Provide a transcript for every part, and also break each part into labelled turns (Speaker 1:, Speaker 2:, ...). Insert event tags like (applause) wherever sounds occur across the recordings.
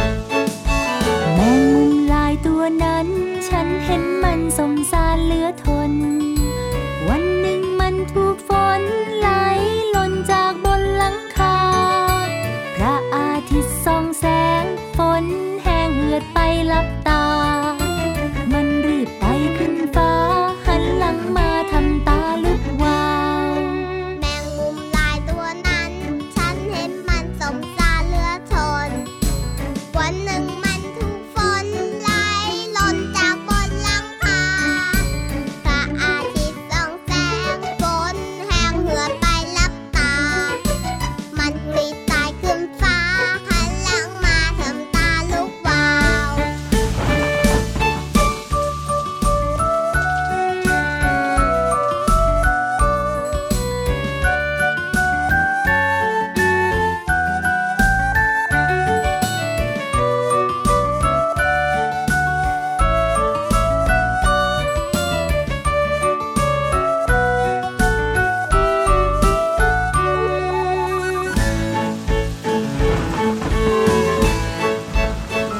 Speaker 1: แมงมุมลายตัวนั้น ฉันเห็นมันสงสารเหลือทน วันหนึ่งมันถูกฝนไหลหล่นจากบนหลังคา พระอาทิตย์ส่องแสงฝนแห้งเหือดไปลับตา มันรีบไปขึ้นฟ้า หันหลังมาทำตาลุกวาว
Speaker 2: แมงมุมลายตัวนั้น ฉันเห็นมันสมสารเหลือทน วันหนึ่งมันถูกฝนไหลหล่นจากบนหลังคาพระอาทิตย์ส่องแสงฝนแห้งเหือดไปลับตา มันกรีดตายขึ้นฟ้า หันหลังมาทำตาลุกวาว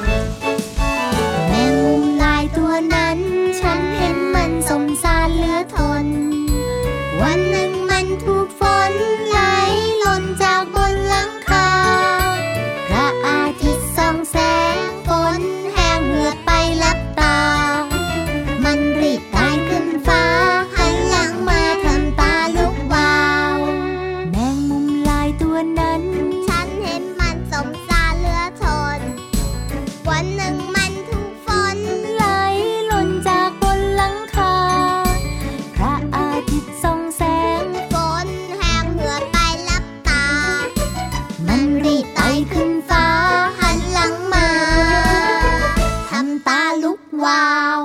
Speaker 1: แมงมุมลายตัวนั้น ฉันเห็นมันสงสารเหลือทน วันหนึ่งมันถูกฝนไหลหล่นจากบนหลังคา พระอาทิตย์ส่องแสงฝนแห้งเหือดไปลับตา มันรีบไต่ขึ้นฟ้า หันหลังมาทำตาลุกวาว แมงมุมลายตัวนั้น
Speaker 2: ฉันเห็นมันสมสารเหลือทน วันหนึ่งมันถูกฝน
Speaker 1: ไหลหล่นจากบนหลังคา พระอาทิตย์ส่องแสง
Speaker 2: ฝนแห้งเหือดไปลับตา
Speaker 1: มันรีบไต่ขึ้นฟ้า หันหลังมา ทำตาลุกวาว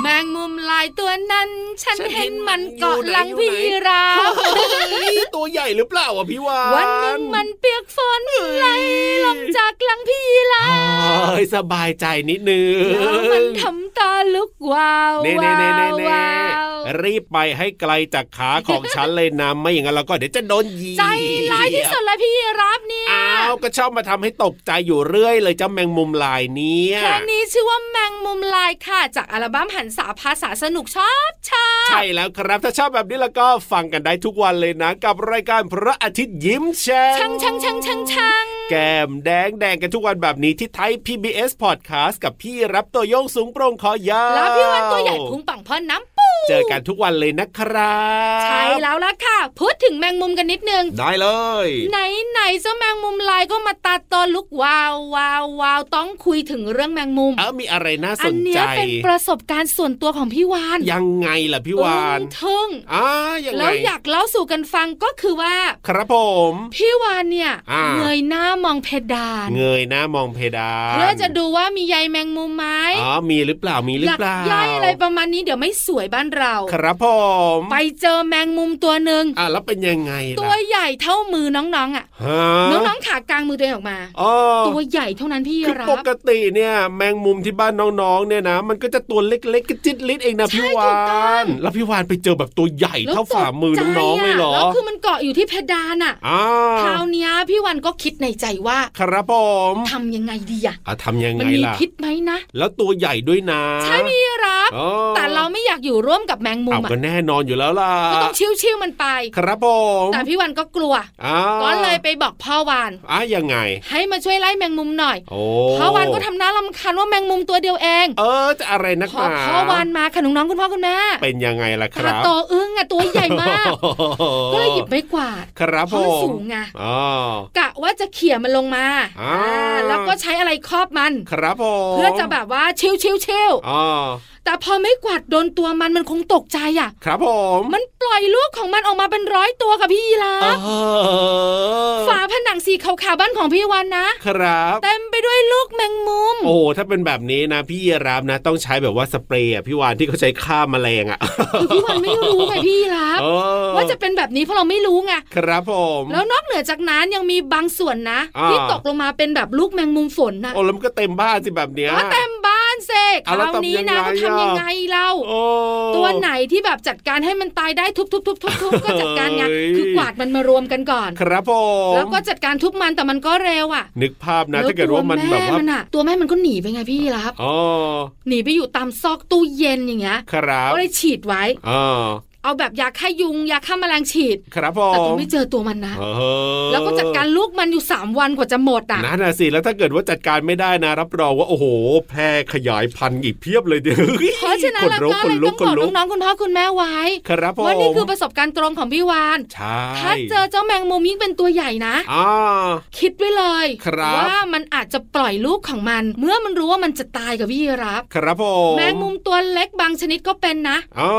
Speaker 3: แมงมุมลายตัวนั้น ฉันเห็นมันเกาะหลังพี่ราฟ
Speaker 4: ตัวใหญ่หรือเปล่าอ่ะพี่วาน
Speaker 3: วันหนึ่งมันเปียกฝนไหลลงจากหลังพี่ราฟ
Speaker 4: เอ้ยสบายใจนิดนึง
Speaker 3: แล้วมันทำตาลุกวาว
Speaker 4: เน่
Speaker 3: ว
Speaker 4: เน่เน่
Speaker 3: าว
Speaker 4: เน่
Speaker 3: วาว
Speaker 4: รีบไปให้ไกลจากขาของฉันเลยนะ ไม่อย่างนั้นแล้วก็เดี๋ยวจะโดนเหยียบ
Speaker 3: ใจร้ายที่สุดละพี่รับเนี่ย
Speaker 4: อ้าวก็ชอบมาทำให้ตกใจอยู่เรื่อยเลยเจ้าแมงมุมลายเนี่ย
Speaker 3: แค่นี้ชื่อว่าแมงมุมลายค่ะ จากอัลบั้มหันสาภาษาสนุกชอบชอบ
Speaker 4: ใช่แล้วครับถ้าชอบแบบนี้แล้วก็ฟังกันได้ทุกวันเลยนะ กับรายการพระอาทิตย์ยิ้มแฉ่ง
Speaker 3: ชังชังชังชังชัง
Speaker 4: แก้มแดงแดงกันทุกวันแบบนี้ที่ไทย PBS Podcast กับพี่รับตัวโยงสูงโปร่งคอยาว
Speaker 3: แล้วพี่วันตัวใหญ่พุงปังพอน้ำปู
Speaker 4: เจอกันทุกวันเลยนะครับ
Speaker 3: ใช่แล้วล่ะค่ะ พูดถึงแมงมุมกันนิดนึง
Speaker 4: ได้เลย
Speaker 3: ไหนไหนๆเจ้าแมงมุมลายก็มาตาโตลุกวาววาววาวต้องคุยถึงเรื่องแมงมุม
Speaker 4: เอ้ามีอะไรน่าส
Speaker 3: อั
Speaker 4: น
Speaker 3: เนี้
Speaker 4: ใจ
Speaker 3: ยเป็นประสบการณ์ส่วนตัวของพี่วาน
Speaker 4: ยังไงล่ะพี่วาน
Speaker 3: อึ้งทึ่ง
Speaker 4: อ้ายังไง
Speaker 3: แล้วอยากเล่าสู่กันฟังก็คือว่า
Speaker 4: ครับผม
Speaker 3: พี่วานเนี่ย
Speaker 4: อ่า
Speaker 3: เงยหน้ามองเพดาน
Speaker 4: เงยหน้ามองเพดาน
Speaker 3: เพื่อจะดูว่ามีใยแมงมุมไหม
Speaker 4: อ๋อมีหรือเปล่ามีหรือ
Speaker 3: หลั
Speaker 4: เปล่า
Speaker 3: ใยอะไรประมาณนี้เดี๋ยวไม่สวยบ้านเรา
Speaker 4: ครับผม
Speaker 3: ไปเจอแมงมุมตัวหนึ่ง
Speaker 4: อ่ะแล้วเป็นยังไงล่ะ
Speaker 3: ตัวใหญ่เท่ามือน้องๆอ่ะ
Speaker 4: ฮะ
Speaker 3: น้องๆขากลางมือตัวเองออกมา
Speaker 4: อ๋อ
Speaker 3: ตัวใหญ่เท่านั้นพี่
Speaker 4: คือ
Speaker 3: รั
Speaker 4: ป
Speaker 3: บ
Speaker 4: กติเนี่ยแมงมุมที่บ้านน้องๆเนี่ยนะ มันก็จะตัวเล็กๆกระจิตลิดเองนะพี่วา
Speaker 3: ถูกต้อน ง
Speaker 4: แล้วพี่วานไปเจอแบบตัวใหญ่เท่าฝ่ามือน้องๆเลยเหรอ
Speaker 3: แล้วคือมันเกาะอยู่ที่เพดานอะ
Speaker 4: อ้า
Speaker 3: คราวเนี้ยพี่วันก็คิดในใจว่า
Speaker 4: ครับผม
Speaker 3: ทำยังไงดีอะ
Speaker 4: อ่ะทำยัง
Speaker 3: มั
Speaker 4: ไง
Speaker 3: มี
Speaker 4: ล่ะ
Speaker 3: พิษไหมนะ
Speaker 4: แล้วตัวใหญ่ด้วยนะ
Speaker 3: ใช่พี่รับ
Speaker 4: อ๋อ
Speaker 3: แต่เราไม่อยากอยู่ร่วมกับแมงมุ
Speaker 4: เอา
Speaker 3: มอะ
Speaker 4: ก็แน่นอนอยู่แล้วล่ะ
Speaker 3: ก็ต้องชิวๆมันไป
Speaker 4: ครับผม
Speaker 3: แต่พี่วันก็กลัว
Speaker 4: อ้าว
Speaker 3: ก็เลยไปบอกพ่อวาน
Speaker 4: อ่ะยังไง
Speaker 3: ให้มาช่วยไล่แมงมุมหน่อย
Speaker 4: โอ้
Speaker 3: พ่อวานก็ทำหน้าลำคาญว่าแมงมุมตัวเดียวเอง
Speaker 4: เออจะอะไรนัก
Speaker 3: พ
Speaker 4: ห
Speaker 3: อ
Speaker 4: นา
Speaker 3: พ่อวานมาค่ะน้องๆคุณพ่อคุณแม่
Speaker 4: เป็นยังไงล่ะค
Speaker 3: ตา
Speaker 4: รับ
Speaker 3: โตอึ้งอะตัวใหญ่มาก
Speaker 4: (laughs) โอ้โห
Speaker 3: ก็เลยหยิบไม้กวาด
Speaker 4: ครับ
Speaker 3: เพ
Speaker 4: ผ
Speaker 3: ราะมัน
Speaker 4: ม
Speaker 3: สูงไง
Speaker 4: อ๋อ
Speaker 3: กะว่าจะเขี่ยมันลงมา
Speaker 4: อ่า
Speaker 3: อ่าแล้วก็ใช้อะไรครอบมัน
Speaker 4: ครับผม
Speaker 3: เพื่อจะแบบว่าเชลเชลเชล
Speaker 4: อ๋อ
Speaker 3: แต่พอไม่กวาดโดนตัวมันมันคงตกใจอ่ะ
Speaker 4: ครับผม
Speaker 3: มันปล่อยลูกของมันออกมาเป็นร้อยตัวกับพี่ยีรา
Speaker 4: เอ
Speaker 3: ฟ
Speaker 4: อ
Speaker 3: สีขาวๆบ้านของพี่วันนะครับ เต็มไปด้วยลูกแมงมุม
Speaker 4: โอ้โหถ้าเป็นแบบนี้นะ พี่รับนะ ต้องใช้แบบว่าสเปรย์อะพี่วานที่เขาใช้ฆ่าแมลงอ่ะ
Speaker 3: คือพี่วันไม่รู้ไงพี่รับ
Speaker 4: เออ
Speaker 3: ว่าจะเป็นแบบนี้เพราะเราไม่รู้ไง
Speaker 4: ครับผม
Speaker 3: แล้วนอกเหนือจากนั้นยังมีบางส่วนนะ
Speaker 4: อ่า
Speaker 3: ที่ตกลงมาเป็นแบบลูกแมงมุมฝนนะ
Speaker 4: โอ้แล้วมันก็เต็มบ้านสิแบบเนี้ย
Speaker 3: ก็เต็มบ้านเสกค
Speaker 4: อ่ะแล้ว
Speaker 3: ราวนี้นะ
Speaker 4: ทำ
Speaker 3: เขา
Speaker 4: ยังไงอ่ะ
Speaker 3: ทำยังไงเรา
Speaker 4: โอ้
Speaker 3: ตัวไหนที่แบบจัดการให้มันตายได้ทุบๆๆๆๆก็จัดการไง
Speaker 4: เฮ้ย
Speaker 3: คือกวาดมันมารวมกันก่อน
Speaker 4: ครับผม
Speaker 3: แล้วก็จัดการทุบมันแต่มันก็เร็วอ่ะ
Speaker 4: นึกภาพนะ ถ้าเกิดว่ามัน
Speaker 3: ล้
Speaker 4: แบ
Speaker 3: ตั
Speaker 4: บ
Speaker 3: ม่
Speaker 4: ว่าม
Speaker 3: นอะตัวแม่มันก็หนีไปไงพี่รับ
Speaker 4: อ๋อ
Speaker 3: หนีไปอยู่ตามซอกตู้เย็นอย่างเงี้ย
Speaker 4: ครับ
Speaker 3: ก็เลยฉีดไว้
Speaker 4: อ๋อ
Speaker 3: เอาแบบยาฆ่ายุงยาฆ่าแมลงฉีด
Speaker 4: ครับผ
Speaker 3: แต่ก็
Speaker 4: ม
Speaker 3: ไม่เจอตัวมันนะ
Speaker 4: เออ
Speaker 3: แล้วก็จัดการลูกมันอยู่ 3 วันกว่าจะหมดอ่ะ
Speaker 4: นั่นนะสิแล้วถ้าเกิดว่าจัดการไม่ได้นะ รับรองว่าโอ้โห แพร่ขยายพันธุ์อีกเพียบเลยเดี๋ยว
Speaker 3: เพราะฉะนั้น
Speaker 4: ขน
Speaker 3: เรา
Speaker 4: ลุก
Speaker 3: ก็
Speaker 4: ข
Speaker 3: เล
Speaker 4: น
Speaker 3: ย
Speaker 4: ลุ
Speaker 3: ต้
Speaker 4: ก
Speaker 3: อง
Speaker 4: ข
Speaker 3: บ
Speaker 4: น
Speaker 3: อก
Speaker 4: ลุก
Speaker 3: น้องๆคุณพ่อคุณแม่ไว้
Speaker 4: ครับผม
Speaker 3: ว่านี่คือประสบการณ์ตรงของพี่วาน
Speaker 4: ใช่
Speaker 3: ถ้าเจอเจ้าแมงมุมยิ่งเป็นตัวใหญ่นะ
Speaker 4: อ่า
Speaker 3: คิดไว้เลย
Speaker 4: ครับ
Speaker 3: ว่ามันอาจจะปล่อยลูกของมัน เมื่อมันรู้ว่ามันจะตายกับพี่รับ
Speaker 4: ครับผม
Speaker 3: แมงมุมตัวเล็กบางชนิดก็เป็นนะ
Speaker 4: อ๋อ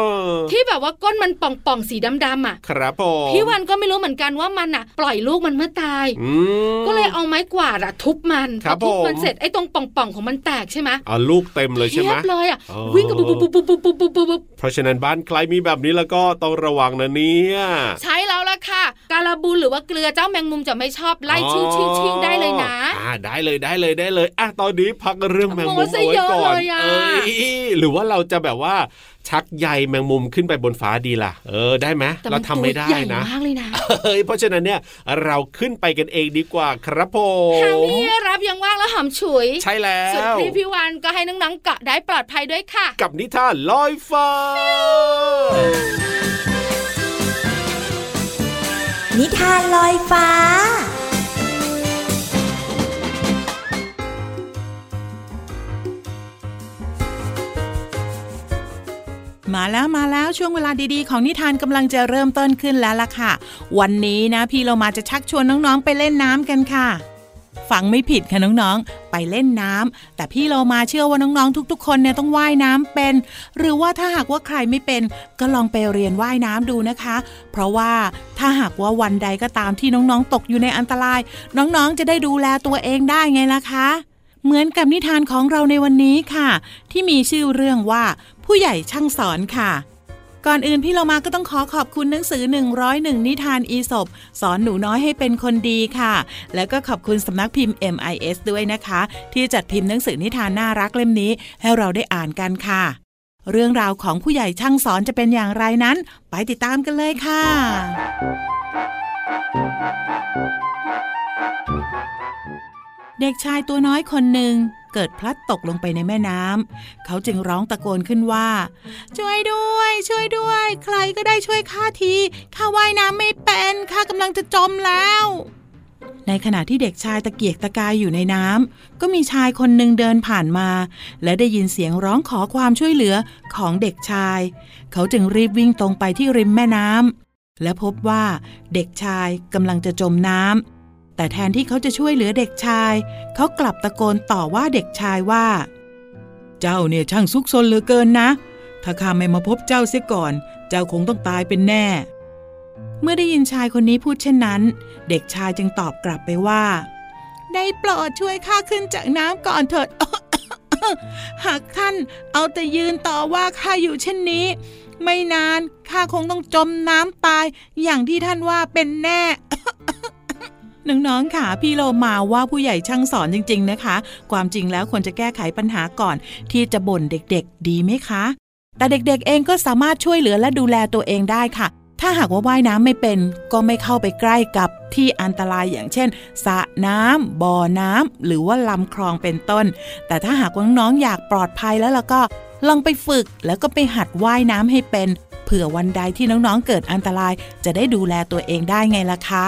Speaker 3: ที่แบบว่าก้นมันป่องป่องๆสีดำๆอ่ะ
Speaker 4: ครับผม
Speaker 3: พี่วันก็ไม่รู้เหมือนกันว่ามันอ่ะ ปล่อยลูกมันเมื่อตาย
Speaker 4: อืม
Speaker 3: ก็เลยเอาไม้กวาดอะทุบมัน
Speaker 4: ครั
Speaker 3: พอบ ทุบมัน
Speaker 4: ผม
Speaker 3: เสร็จไอ้ตรงป่องๆของมันแตกใช่ไหม
Speaker 4: อ่าลูกเต็มเลยใช่ไหม
Speaker 3: เทียบเลยอะ
Speaker 4: อ๋อ
Speaker 3: วิ่งกับปุ๊บปุ๊บปุ๊บปุ๊บปุ๊บปุ๊บปุ๊บปุ๊บ
Speaker 4: เพราะฉะนั้นบ้านใครมีแบบนี้แล้วก็ต้องระวังนะเนี่ย
Speaker 3: ใช้แล้วล่ะค่ะ การาบูหรือว่าเกลือเจ้าแมงมุมจะไม่ชอบไล่ชิวชิวชิวได้เลยนะ
Speaker 4: อ่าได้เลยได้เลยได้เลยอ่ะตอนนี้พักเรื่องแมงมุม
Speaker 3: โอ้ยซะ
Speaker 4: เอาไว้ก่อน
Speaker 3: เยอะเลยอะ
Speaker 4: เอ้ยหรือว่าเราจะแบบว่าชักใยแมงมุมขึ้นไปบนฟ้าดีล่ะ เออได้ไหม
Speaker 3: แต่
Speaker 4: เรา
Speaker 3: น
Speaker 4: ทำไม่ได้
Speaker 3: ตัวใหญ่
Speaker 4: นะ
Speaker 3: มากเลยนะ
Speaker 4: เฮ้ยเพราะฉะนั้นเนี่ยเราขึ้นไปกันเองดีกว่าครับผ
Speaker 3: ทาง
Speaker 4: ม
Speaker 3: พี่รับยังว่างแล้วหอมฉุย
Speaker 4: ใช่แล้
Speaker 3: ส่วน
Speaker 4: ว
Speaker 3: พี่พี่วันก็ให้น้องๆเกาะได้ปลอดภัยด้วยค่ะ
Speaker 4: กับนิทานลอยฟ้า
Speaker 5: นิทานลอยฟ้า
Speaker 6: มาแล้วมาแล้วช่วงเวลาดีๆ ของนิทานกำลังจะเริ่มต้นขึ้นแล้วล่ะค่ะ วันนี้นะพี่เรามาจะชักชวนน้องๆไปเล่นน้ำกันค่ะ ฟังไม่ผิดค่ะน้องๆ ไปเล่นน้ำแต่พี่เรามาเชื่อว่าน้องๆ ทุกๆ คนเนี่ยต้องว่ายน้ำเป็น หรือว่าถ้าหากว่าใครไม่เป็น ก็ลองไปเรียนว่ายน้ำดูนะคะ เพราะว่าถ้าหากว่าวันใดก็ตามที่น้องๆ ตกอยู่ในอันตราย น้องๆ จะได้ดูแลตัวเองได้ไงล่ะคะ เหมือนกับนิทานของเราในวันนี้ค่ะ ที่มีชื่อเรื่องว่า ผู้ใหญ่ช่างสอนค่ะ ก่อนอื่นพี่เรามาก็ต้องขอขอบคุณหนังสือ 101 นิทานอีสบสอนหนูน้อยให้เป็นคนดีค่ะ แล้วก็ขอบคุณสำนักพิมพ์ MIS ด้วยนะคะ ที่จัดพิมพ์หนังสือนิทานน่ารักเล่มนี้ ให้เราได้อ่านกันค่ะ เรื่องราวของผู้ใหญ่ช่างสอนจะเป็นอย่างไรนั้น ไปติดตามกันเลยค่ะ เด็กชายตัวน้อยคนหนึ่งเกิดพลัดตกลงไปในแม่น้ำเขาจึงร้องตะโกนขึ้นว่า ช่วยด้วย ช่วยด้วย ใครก็ได้ช่วยข้าทีข้าว่ายน้ำไม่เป็นข้ากำลังจะจมแล้ว ในขณะที่เด็กชายตะเกียกตะกายอยู่ในน้ำก็มีชายคนหนึ่งเดินผ่านมา และได้ยินเสียงร้องขอความช่วยเหลือของเด็กชาย เขาจึงรีบวิ่งตรงไปที่ริมแม่น้ำและพบว่าเด็กชายกำลังจะจมน้ำแต่แทนที่เขาจะช่วยเหลือเด็กชาย เขากลับตะโกนต่อว่าเด็กชายว่า เจ้าเนี่ยช่างซุกซนเหลือเกินนะ ถ้าข้าไม่มาพบเจ้าเสียก่อน เจ้าคงต้องตายเป็นแน่ เมื่อได้ยินชายคนนี้พูดเช่นนั้น เด็กชายจึงตอบกลับไปว่า ได้โปรดช่วยข้าขึ้นจากน้ำก่อนเถิด (coughs) หากท่านเอาแต่ยืนต่อว่าข้าอยู่เช่นนี้ ไม่นานข้าคงต้องจมน้ำตาย อย่างที่ท่านว่าเป็นแน่ น้องๆค่ะพี่โลมาว่าผู้ใหญ่ช่างสอนจริง ๆ นะคะ ความจริงแล้วควรจะแก้ไขปัญหาก่อน ที่จะบ่นเด็กๆ ดีไหมคะ แต่เด็กๆ เองก็สามารถช่วยเหลือและดูแลตัวเองได้ค่ะ ถ้าหากว่าว่ายน้ำไม่เป็น ก็ไม่เข้าไปใกล้กับที่อันตรายอย่างเช่นสระน้ำบ่อน้ำหรือว่าลำคลองเป็นต้น แต่ถ้าหากว่าน้องๆอยากปลอดภัยแล้วล่ะก็ ลองไปฝึกแล้วก็ไปหัดว่ายน้ำให้เป็น เผื่อวันใดที่น้องๆ เกิดอันตราย จะได้ดูแลตัวเองได้ไงล่ะคะ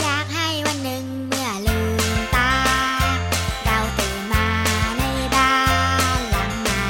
Speaker 2: อยากให้วันหนึ่งเมื่อลืมตา เราตื่นมาในบ้านหลังใหม่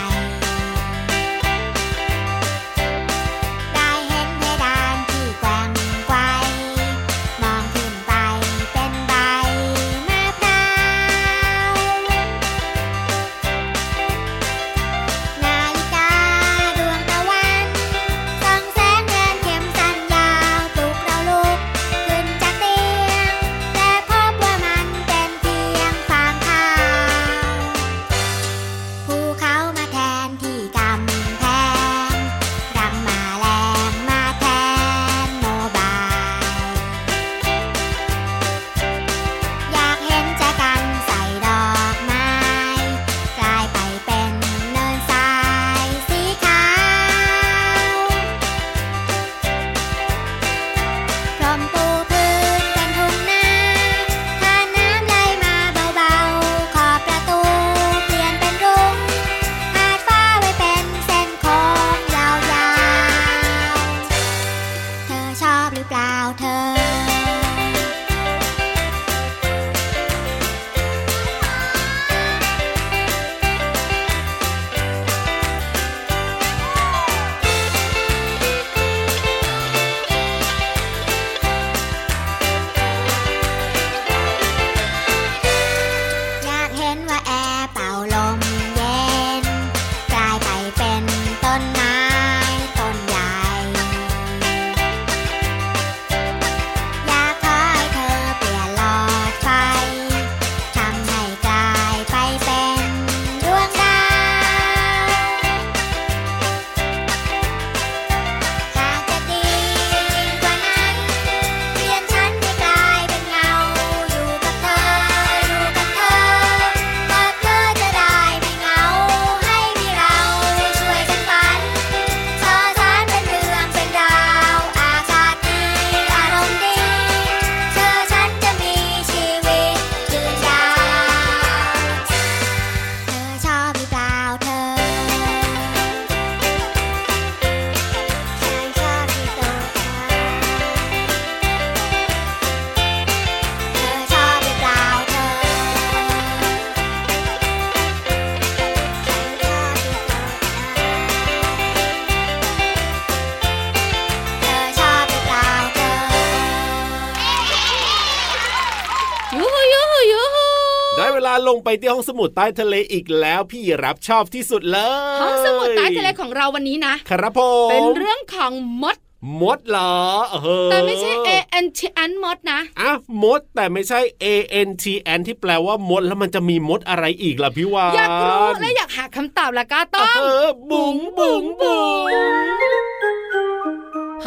Speaker 4: ลงไปที่ห้องสมุดใต้ทะเลอีกแล้ว พี่รับชอบที่สุดเลย
Speaker 3: ห้องสมุดใต้ทะเลของเราวันนี้นะครับ
Speaker 4: ผม
Speaker 3: เป็นเรื่องของมด
Speaker 4: มดเหรอเออ
Speaker 3: แต่ไม่ใช่ A N T N มดนะ
Speaker 4: อ่ะมดแต่ไม่ใช่ A N T N ที่แปลว่ามดแล้วมันจะมีมดอะไรอีกล่ะพี่วาน
Speaker 3: อยากรู้และอยากหาคำตอบละก็ต้อง
Speaker 4: เออบุ๋งบุ๋งบุ๋ง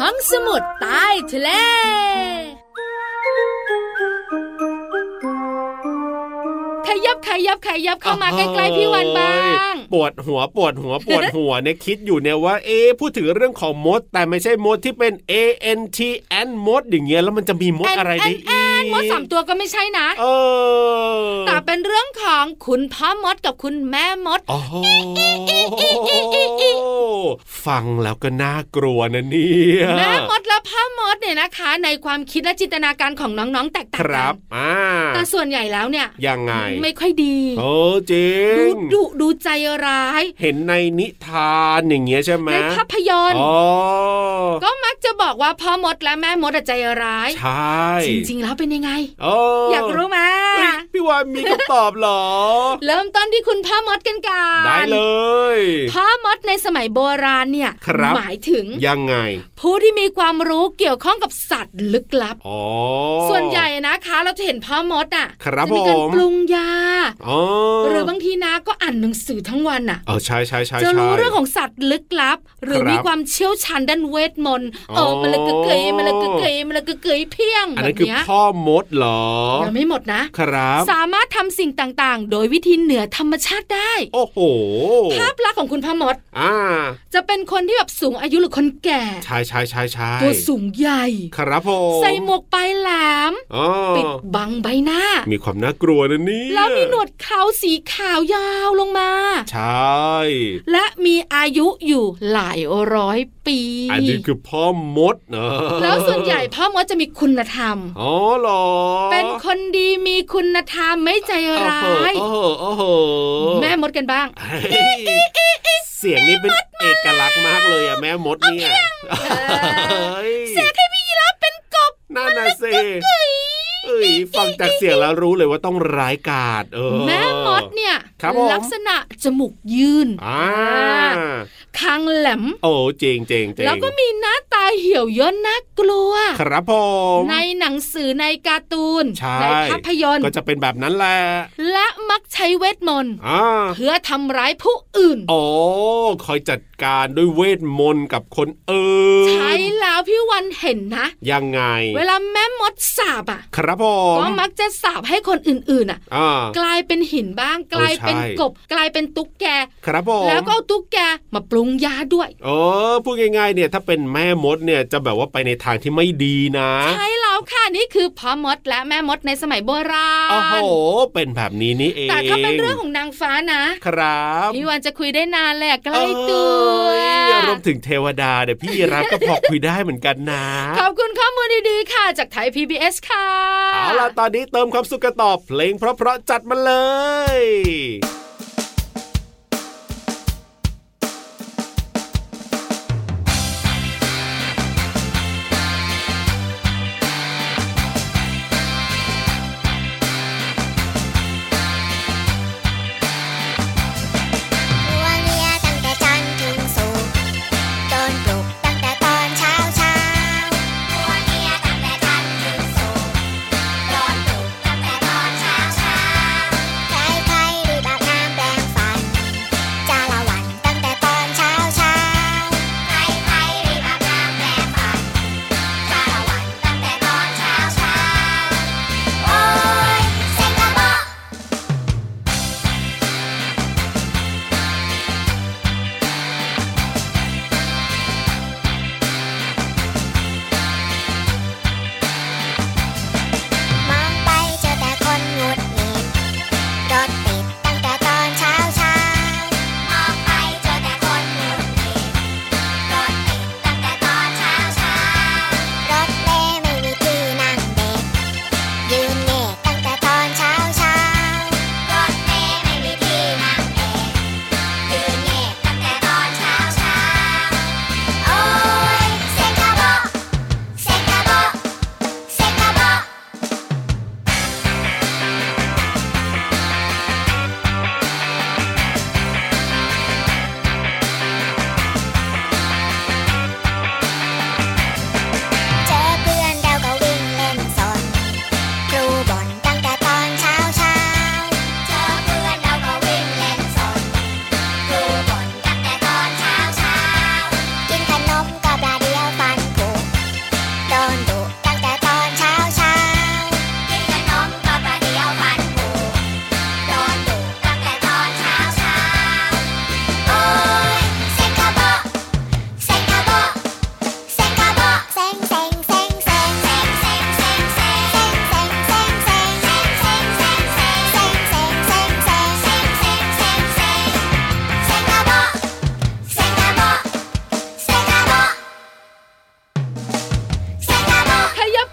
Speaker 3: ห้องสมุดใต้ทะเล ขยับขยับขยับเข้ามาใกล้ๆพี่วันบ้าง
Speaker 4: ปวดหัวปวดหัวปวดหัวเนี่ยคิดอยู่เนี่ยว่าเอ๊ะพูดถึงเรื่องของมด แต่ไม่ใช่มดที่เป็น A N T N มดอย่างเงี้ยแล้วมันจะมีมดอะไรได้
Speaker 3: แอ
Speaker 4: อีก
Speaker 3: นมดสามตัวก็ไม่ใช่นะ
Speaker 4: เออ
Speaker 3: แต่เป็นเรื่องของคุณพ่อมดกับคุณแม่มด
Speaker 4: โอ้โหฟังแล้วก็น่ากลัวนะเนี่ย
Speaker 3: แม่มดและพ่อมดเนี่ยนะคะ ในความคิดและจินตนาการของน้องๆแตกต่า
Speaker 4: ค
Speaker 3: ง
Speaker 4: รั
Speaker 3: กับ
Speaker 4: อ่าน
Speaker 3: แต่ส่วนใหญ่แล้วเนี่ย
Speaker 4: ยังไง
Speaker 3: ไม่ค่อยดี
Speaker 4: โอ้จริ
Speaker 3: ดู
Speaker 4: ง
Speaker 3: ดุดูใจร้าย
Speaker 4: เห็นในนิทานอย่างเงี้ยใช่ไหม
Speaker 3: ในภาพยนตร์
Speaker 4: อ๋อ
Speaker 3: ก็มักจะบอกว่าพ่อมดและแม่มดอะใจร้าย
Speaker 4: ใช่
Speaker 3: จริงๆแล้วเป็นยังไง
Speaker 4: โอ้
Speaker 3: อยากรู้ไหม
Speaker 4: เฮ้ยพี่วานมีคำตอบเหรอ
Speaker 3: เริ่มต้นที่คุณพ่อมดกันก่อน
Speaker 4: ได้เลย
Speaker 3: พ่อมดในสมัยโบราณเนี่ย
Speaker 4: ครับ
Speaker 3: หมายถึง
Speaker 4: ยังไง
Speaker 3: ผู้ที่มีความรู้เกี่ยวข้องกับสัตว์ลึกลับ
Speaker 4: อ๋อ
Speaker 3: ส่วนใหญ่นะคะเราจะเห็นพ่อมดอ่ะ
Speaker 4: ครับ
Speaker 3: จะมีการ
Speaker 4: ผม
Speaker 3: ปรุงยา
Speaker 4: อ๋อ
Speaker 3: หรือบางทีนะก็อ่านหนังสือทั้งวันอ่ะ
Speaker 4: เออใช่ใช่ใช่
Speaker 3: จะรู้
Speaker 4: ใช่
Speaker 3: เรื่องของสัตว์ลึกลับ หรือ
Speaker 4: ครับ
Speaker 3: มีความเชี่ยวชาญด้านเวทมนต์เออ
Speaker 4: อ๋อ
Speaker 3: มาละกึกเกยมาละกึกเกยมาละกึกเกยเพียง
Speaker 4: อัน
Speaker 3: แบ
Speaker 4: นั้น
Speaker 3: บ
Speaker 4: คือ
Speaker 3: เนี้ย
Speaker 4: พ่อมดเหรอ
Speaker 3: ยังไม่หมดนะ
Speaker 4: ครับ
Speaker 3: สามารถทำสิ่งต่างๆ โดยวิธีเหนือธรรมชาติได้
Speaker 4: โอ้โห
Speaker 3: ภาพลักษณ์ของคุณพ่อมด
Speaker 4: อ่า
Speaker 3: จะเป็นคนที่แบบสูงอายุหรือคนแก่
Speaker 4: ใช่ใช่ใช่ใช่
Speaker 3: ตัวสูงใหญ่
Speaker 4: ครับผม
Speaker 3: ใส่หมวกปลายแหลม
Speaker 4: อ๋อ
Speaker 3: ปิดบังใบหน้า
Speaker 4: มีความน่ากลัวนะเนี่ย
Speaker 3: แล้วมีหนวดเขาสีขาวยาวลงมา
Speaker 4: ใช่
Speaker 3: และมีอายุอยู่หลายร้อยปี
Speaker 4: อันนี้คือพ่อมดเนอะ
Speaker 3: แล้วส่วนใหญ่พ่อมดจะมีคุณธรรม
Speaker 4: อ๋อเหรอ
Speaker 3: เป็นคนดีมีคุณธรรมไม่ใจร้าย
Speaker 4: โอ้โหโอ้โห
Speaker 3: แม่มดกันบ้าง
Speaker 4: เฮ้ยเสียงนี้เป็นเอกลักษณ์มากเลยอะแม่มดเนี่ยเสียงให้พี่ยีราฟเป็นกบนั่นน่ะสิเอ้ยฟังจากเสียงแล้วรู้เลยว่าต้องร้ายกาจเออ
Speaker 3: แม่มดเนี่ย
Speaker 4: ครับผม
Speaker 3: ลัษณะจมูกยืน
Speaker 4: อ่า
Speaker 3: คางแหลม
Speaker 4: โอ้เจงเจงเจง
Speaker 3: แล้วก็มีหน้าตาเหี่ยวย่นน่ากลัว
Speaker 4: ครับผม
Speaker 3: ในหนังสือในการ์ตูน
Speaker 4: ใช่
Speaker 3: ภาพยนตร์
Speaker 4: ก็จะเป็นแบบนั้นแหละ
Speaker 3: และมักใช้เวทมนต์
Speaker 4: อ่า
Speaker 3: เพื่อทำร้ายผู้อื่น
Speaker 4: โอ้คอยจัดการด้วยเวทมนต์กับคนเอิน
Speaker 3: ใช้แล้วพี่วันเห็นนะ
Speaker 4: ยังไง
Speaker 3: เวลาแม่มดสาบอ่ะ
Speaker 4: ครับผม
Speaker 3: ก็มักจะสาบให้คนอื่นๆอ่ะ
Speaker 4: อ่า
Speaker 3: กลายเป็นหินบ้าง กลายเป็น
Speaker 4: ใช่
Speaker 3: กบ กลายเป็นตุ๊กแก
Speaker 4: ครับผม
Speaker 3: แล้วก็เอาตุ๊กแกมาปรุงยาด้วย
Speaker 4: เออพูดง่ายๆ เนี่ยถ้าเป็นแม่มดเนี่ยจะแบบว่าไปในทางที่ไม่ดีนะ
Speaker 3: ใช่แล้วค่ะนี่คือพ่อมดและแม่มดในสมัยโบราณ
Speaker 4: โอ้โหเป็นแบบนี้นี่เอง
Speaker 3: แต่ถ้าเป็นเรื่องของนางฟ้านะ
Speaker 4: ครับ
Speaker 3: พี่วันจะคุยได้นานเลยอะใกล้ตัว
Speaker 4: เอ้ยรวมถึงเทวดาเดี๋ยวพี่ยีรับก็พอคุยได้เหมือนกันนะ
Speaker 3: ขอบคุณข้อมูลดีๆค่ะ จากไทย PBS ค่ะ
Speaker 4: เอาล่ะ ตอนนี้เติมความสุขกันต่อเพลงเพราะๆจัดมาเลย
Speaker 2: ตัวเลียตั้งแต่จันทร์ถึงศุกร์โดนปลุกตั้งแต่ตอนเช้าเช้าตัวเลียตั้งแต่จันทร์ถึงศุกร์โดนปลุกตั้งแต่ตอนเช้าเช้าใครใครรีบอาบน้
Speaker 3: ไ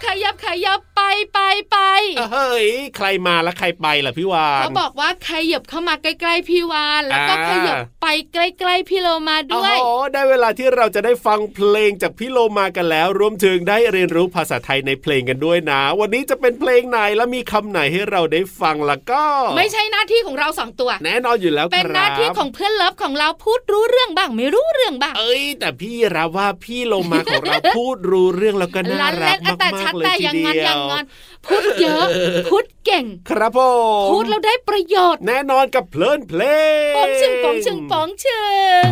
Speaker 3: ป
Speaker 4: เฮ้ยใครมาแล้วใครไปล่ะพี่วาน
Speaker 3: เขาบอกว่าขยับเข้ามาใกล้ ๆ พี่วาน แล้วก็
Speaker 4: อ่า
Speaker 3: ขยับไปใกล้ ๆ พี่โลมาด้วย
Speaker 4: โอ้โหได้เวลาที่เราจะได้ฟังเพลงจากพี่โลมากันแล้ว รวมถึงได้เรียนรู้ภาษาไทยในเพลงกันด้วยนะ วันนี้จะเป็นเพลงไหนและมีคำไหนให้เราได้ฟังล่ะก็
Speaker 3: ไม่ใช่หน้าที่ของเราสองตัว
Speaker 4: แน่นอนอยู่แล้ว
Speaker 3: เป็
Speaker 4: ค
Speaker 3: น
Speaker 4: รับ
Speaker 3: หน้าที่ของเพื่อนเลิฟของเราพูดรู้เรื่องบ้างไม่รู้เรื่องบ้าง
Speaker 4: เอ้ย แต่พี่รับว่าพี่โลมาของเรา พูดรู้เรื่องแล้วก็น่า
Speaker 3: ลัน
Speaker 4: รั
Speaker 3: เล่
Speaker 4: ก
Speaker 3: นอัตตาม
Speaker 4: าก
Speaker 3: ชัด
Speaker 4: ๆเลย
Speaker 3: แต่
Speaker 4: ที
Speaker 3: อย่าง
Speaker 4: เดี
Speaker 3: งั้นอย ย่าง
Speaker 4: ว
Speaker 3: งั้นพูดเยอะพูดเก่ง
Speaker 4: ครับผม
Speaker 3: พูดแล้วได้ประโยชน์
Speaker 4: แน่นอนกับเพลินเพลง
Speaker 3: ปองชึงปองชึงปองชึง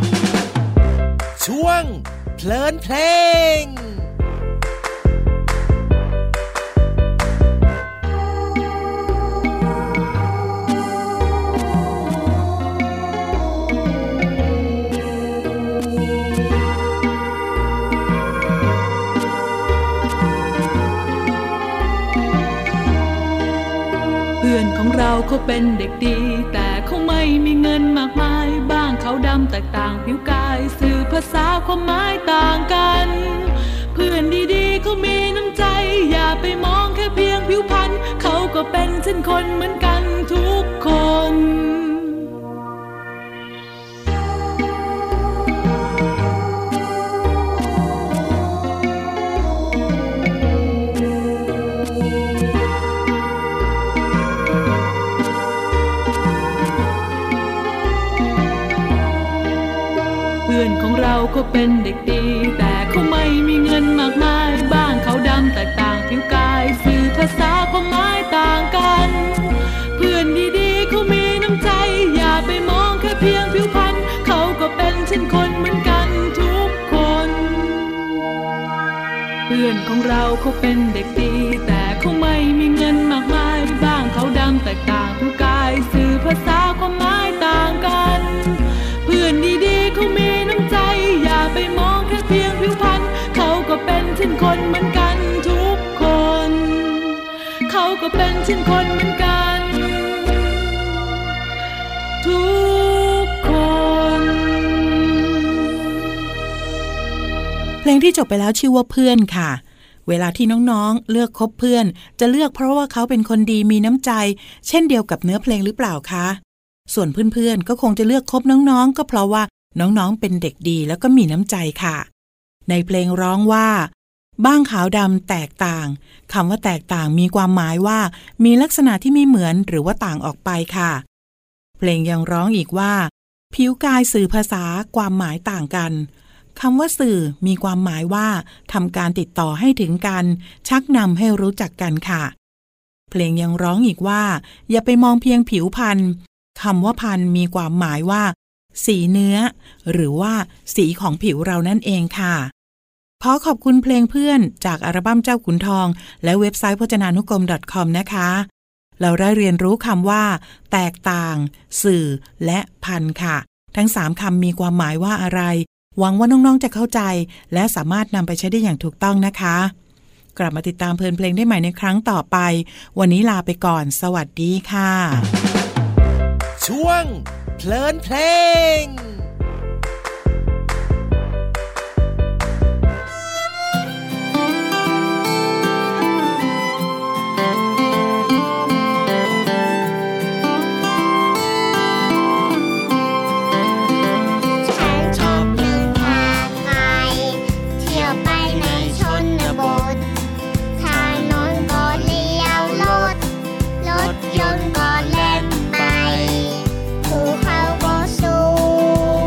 Speaker 7: ช่วงเพลินเพลง
Speaker 8: เพื่อนของเราเขาเป็นเด็กดี แต่เขาไม่มีเงินมากมาย บ้างเขาวดำแตกต่างผิวกาย สื่อภาษาความหมายต่างกัน เพื่อนดีๆเขามีน้ำใจ อย่าไปมองแค่เพียงผิวพรรณเขาก็เป็นเช่นคนเหมือนกันทุกคน เพื่อนของเราเขาเป็นเด็กดี แต่เขาไม่มีเงินมากมาย บ้างเขาวดำแตกต่างผิวกาย สื่อภาษาความหมายต่างกัน เพื่อนดีๆเขามีน้ำใจ อย่าไปมองแค่เพียงผิวพรรณเขาก็เป็นเช่นคนเหมือนกันทุกคน เพื่อนของเราเขาเป็นเด็กดี แต่เขาไม่มีเงินมากมาย บ้างเขาวดำแตกต่างผิวกาย สื่อภาษาความหมายต่างกัน เพื่อนดีๆเขามีน้ำใจ อย่าไปมองแค่เพียงผิวพรรณเขาก็เป็นเช่นคนเหมือนกันทุกคน เขาก็เป็นเช่นคนเหมือนกัน ทุกคน
Speaker 6: เพลงที่จบไปแล้วชื่อว่าเพื่อนค่ะ เวลาที่น้องๆ เลือกคบเพื่อน จะเลือกเพราะว่าเขาเป็นคนดีมีน้ำใจ เช่นเดียวกับเนื้อเพลงหรือเปล่าคะ ส่วนเพื่อนๆ ก็คงจะเลือกคบน้องๆ ก็เพราะว่าน้องๆ เป็นเด็กดีแล้วก็มีน้ำใจค่ะ ในเพลงร้องว่า บ้างขาวดำแตกต่างคำว่าแตกต่างมีความหมายว่า มีลักษณะที่ไม่เหมือนหรือว่าต่างออกไปค่ะ เพลงยังร้องอีกว่า ผิวกายสื่อภาษาความหมายต่างกัน คำว่าสื่อมีความหมายว่าทำการติดต่อให้ถึงกัน ชักนำให้รู้จักกันค่ะ เพลงยังร้องอีกว่า อย่าไปมองเพียงผิวพรรณคำว่าพันมีความหมายว่า สีเนื้อ หรือว่า สีของผิวเรานั่นเองค่ะ ขอขอบคุณเพลงเพื่อนจากอัลบั้มเจ้าขุนทอง และเว็บไซต์พจนานุกรม .com นะคะ เราได้เรียนรู้คำว่า แตกต่าง สื่อ และพันธุ์ค่ะ ทั้ง 3คำมีความหมายว่าอะไร หวังว่าน้อง ๆ จะเข้าใจ และสามารถนำไปใช้ได้อย่างถูกต้องนะคะ กลับมาติดตามเพลินเพลงได้ใหม่ในครั้งต่อไป วันนี้ลาไปก่อน สวัสดีค่ะ
Speaker 7: ช่วงเพลินเพลง
Speaker 2: ฉันชอบนั่งทางไกลเที่ยวไปในชนบทถนนก็เลี้ยวรถ รถยนต์ก็เล่นไปภูเขาก็สูง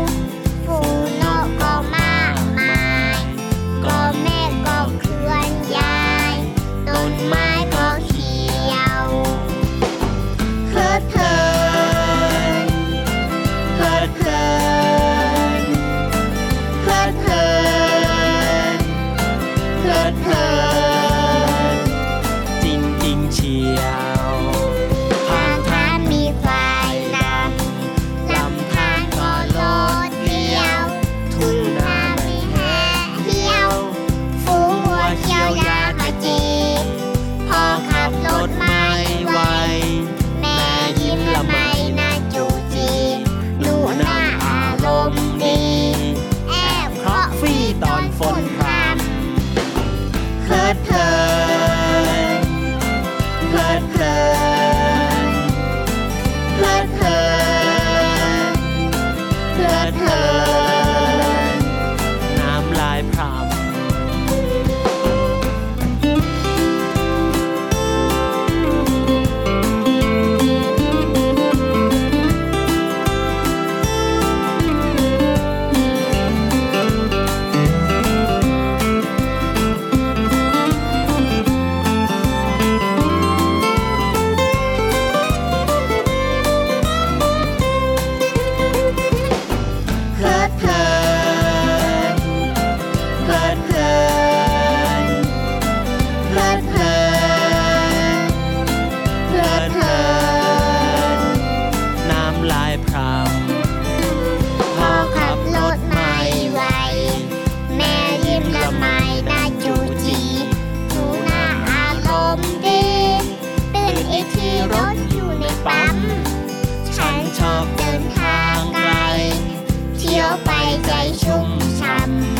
Speaker 2: ไปใจชุ่มช่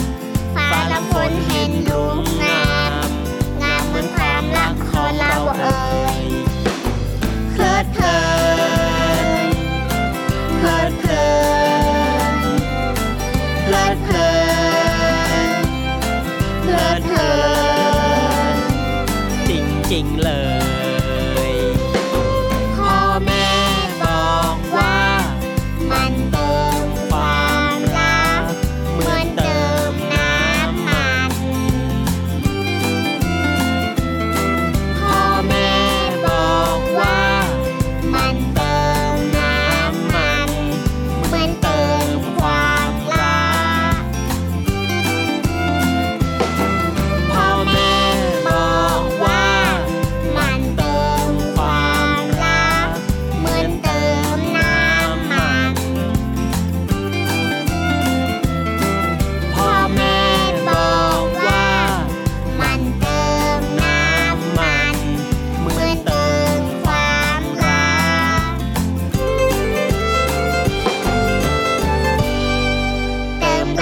Speaker 2: ำฟ้าละฝนเห็นดูงาม งามเหมือนความรักของเราเอ่ยเพลิดเพลินเพลิดเพลินเพลิดเพลินเพลิดเพลิน
Speaker 9: จริงๆเลย
Speaker 2: พ่อแม่บอกว่ามันเติมความรักเหมือนเติมน้ำมัน พ่อแม่บอกว่ามันเติมน้ำมันเหมือนเติมความรัก พ่อแม่บอกว่ามันเติมความรักเหมือนเติมน้ำมัน พ่อแม่บอกว่ามันเติมน้ำมันเหมือนเติมความรัก เติม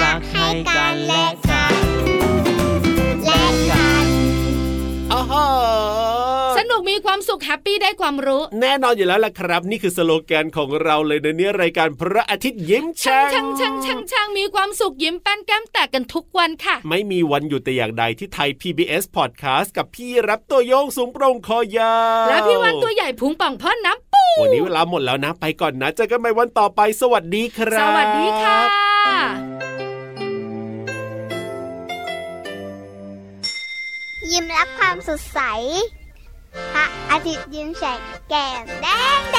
Speaker 2: รักให้กันและกัน และกัน
Speaker 4: อ้าวโห
Speaker 3: สนุกมีความสุขแฮปปี้ได้ความรู้
Speaker 4: แน่นอนอยู่แล้วล่ะครับ นี่คือสโลแกนของเราเลยในะเนี้ยรายการพระอาทิตย์ยิ้มแฉ่
Speaker 3: ช่าง
Speaker 4: ง
Speaker 3: ช่างช่างช่างช่างมีความสุขยิ้มแป้นแก้มแตกกันทุกวันค่ะ
Speaker 4: ไม่มีวันหยุดแต่อย่างใดที่ไทย PBS Podcast กับพี่รับตัวโยงสูงโปร่งคอยาว
Speaker 3: แล้วพี่วันตัวใหญ่พุงป่องพ่นน้ำปู
Speaker 4: วันนี้เวลาหมดแล้วนะ ไปก่อนนะเจอกันใหม่วันต่อไปสวัสดีครับ
Speaker 3: สวัสดีค่ะ
Speaker 2: ยิ้มรับความสดใส พระอาทิตย์ยิ้มแฉกแก้มแดงแด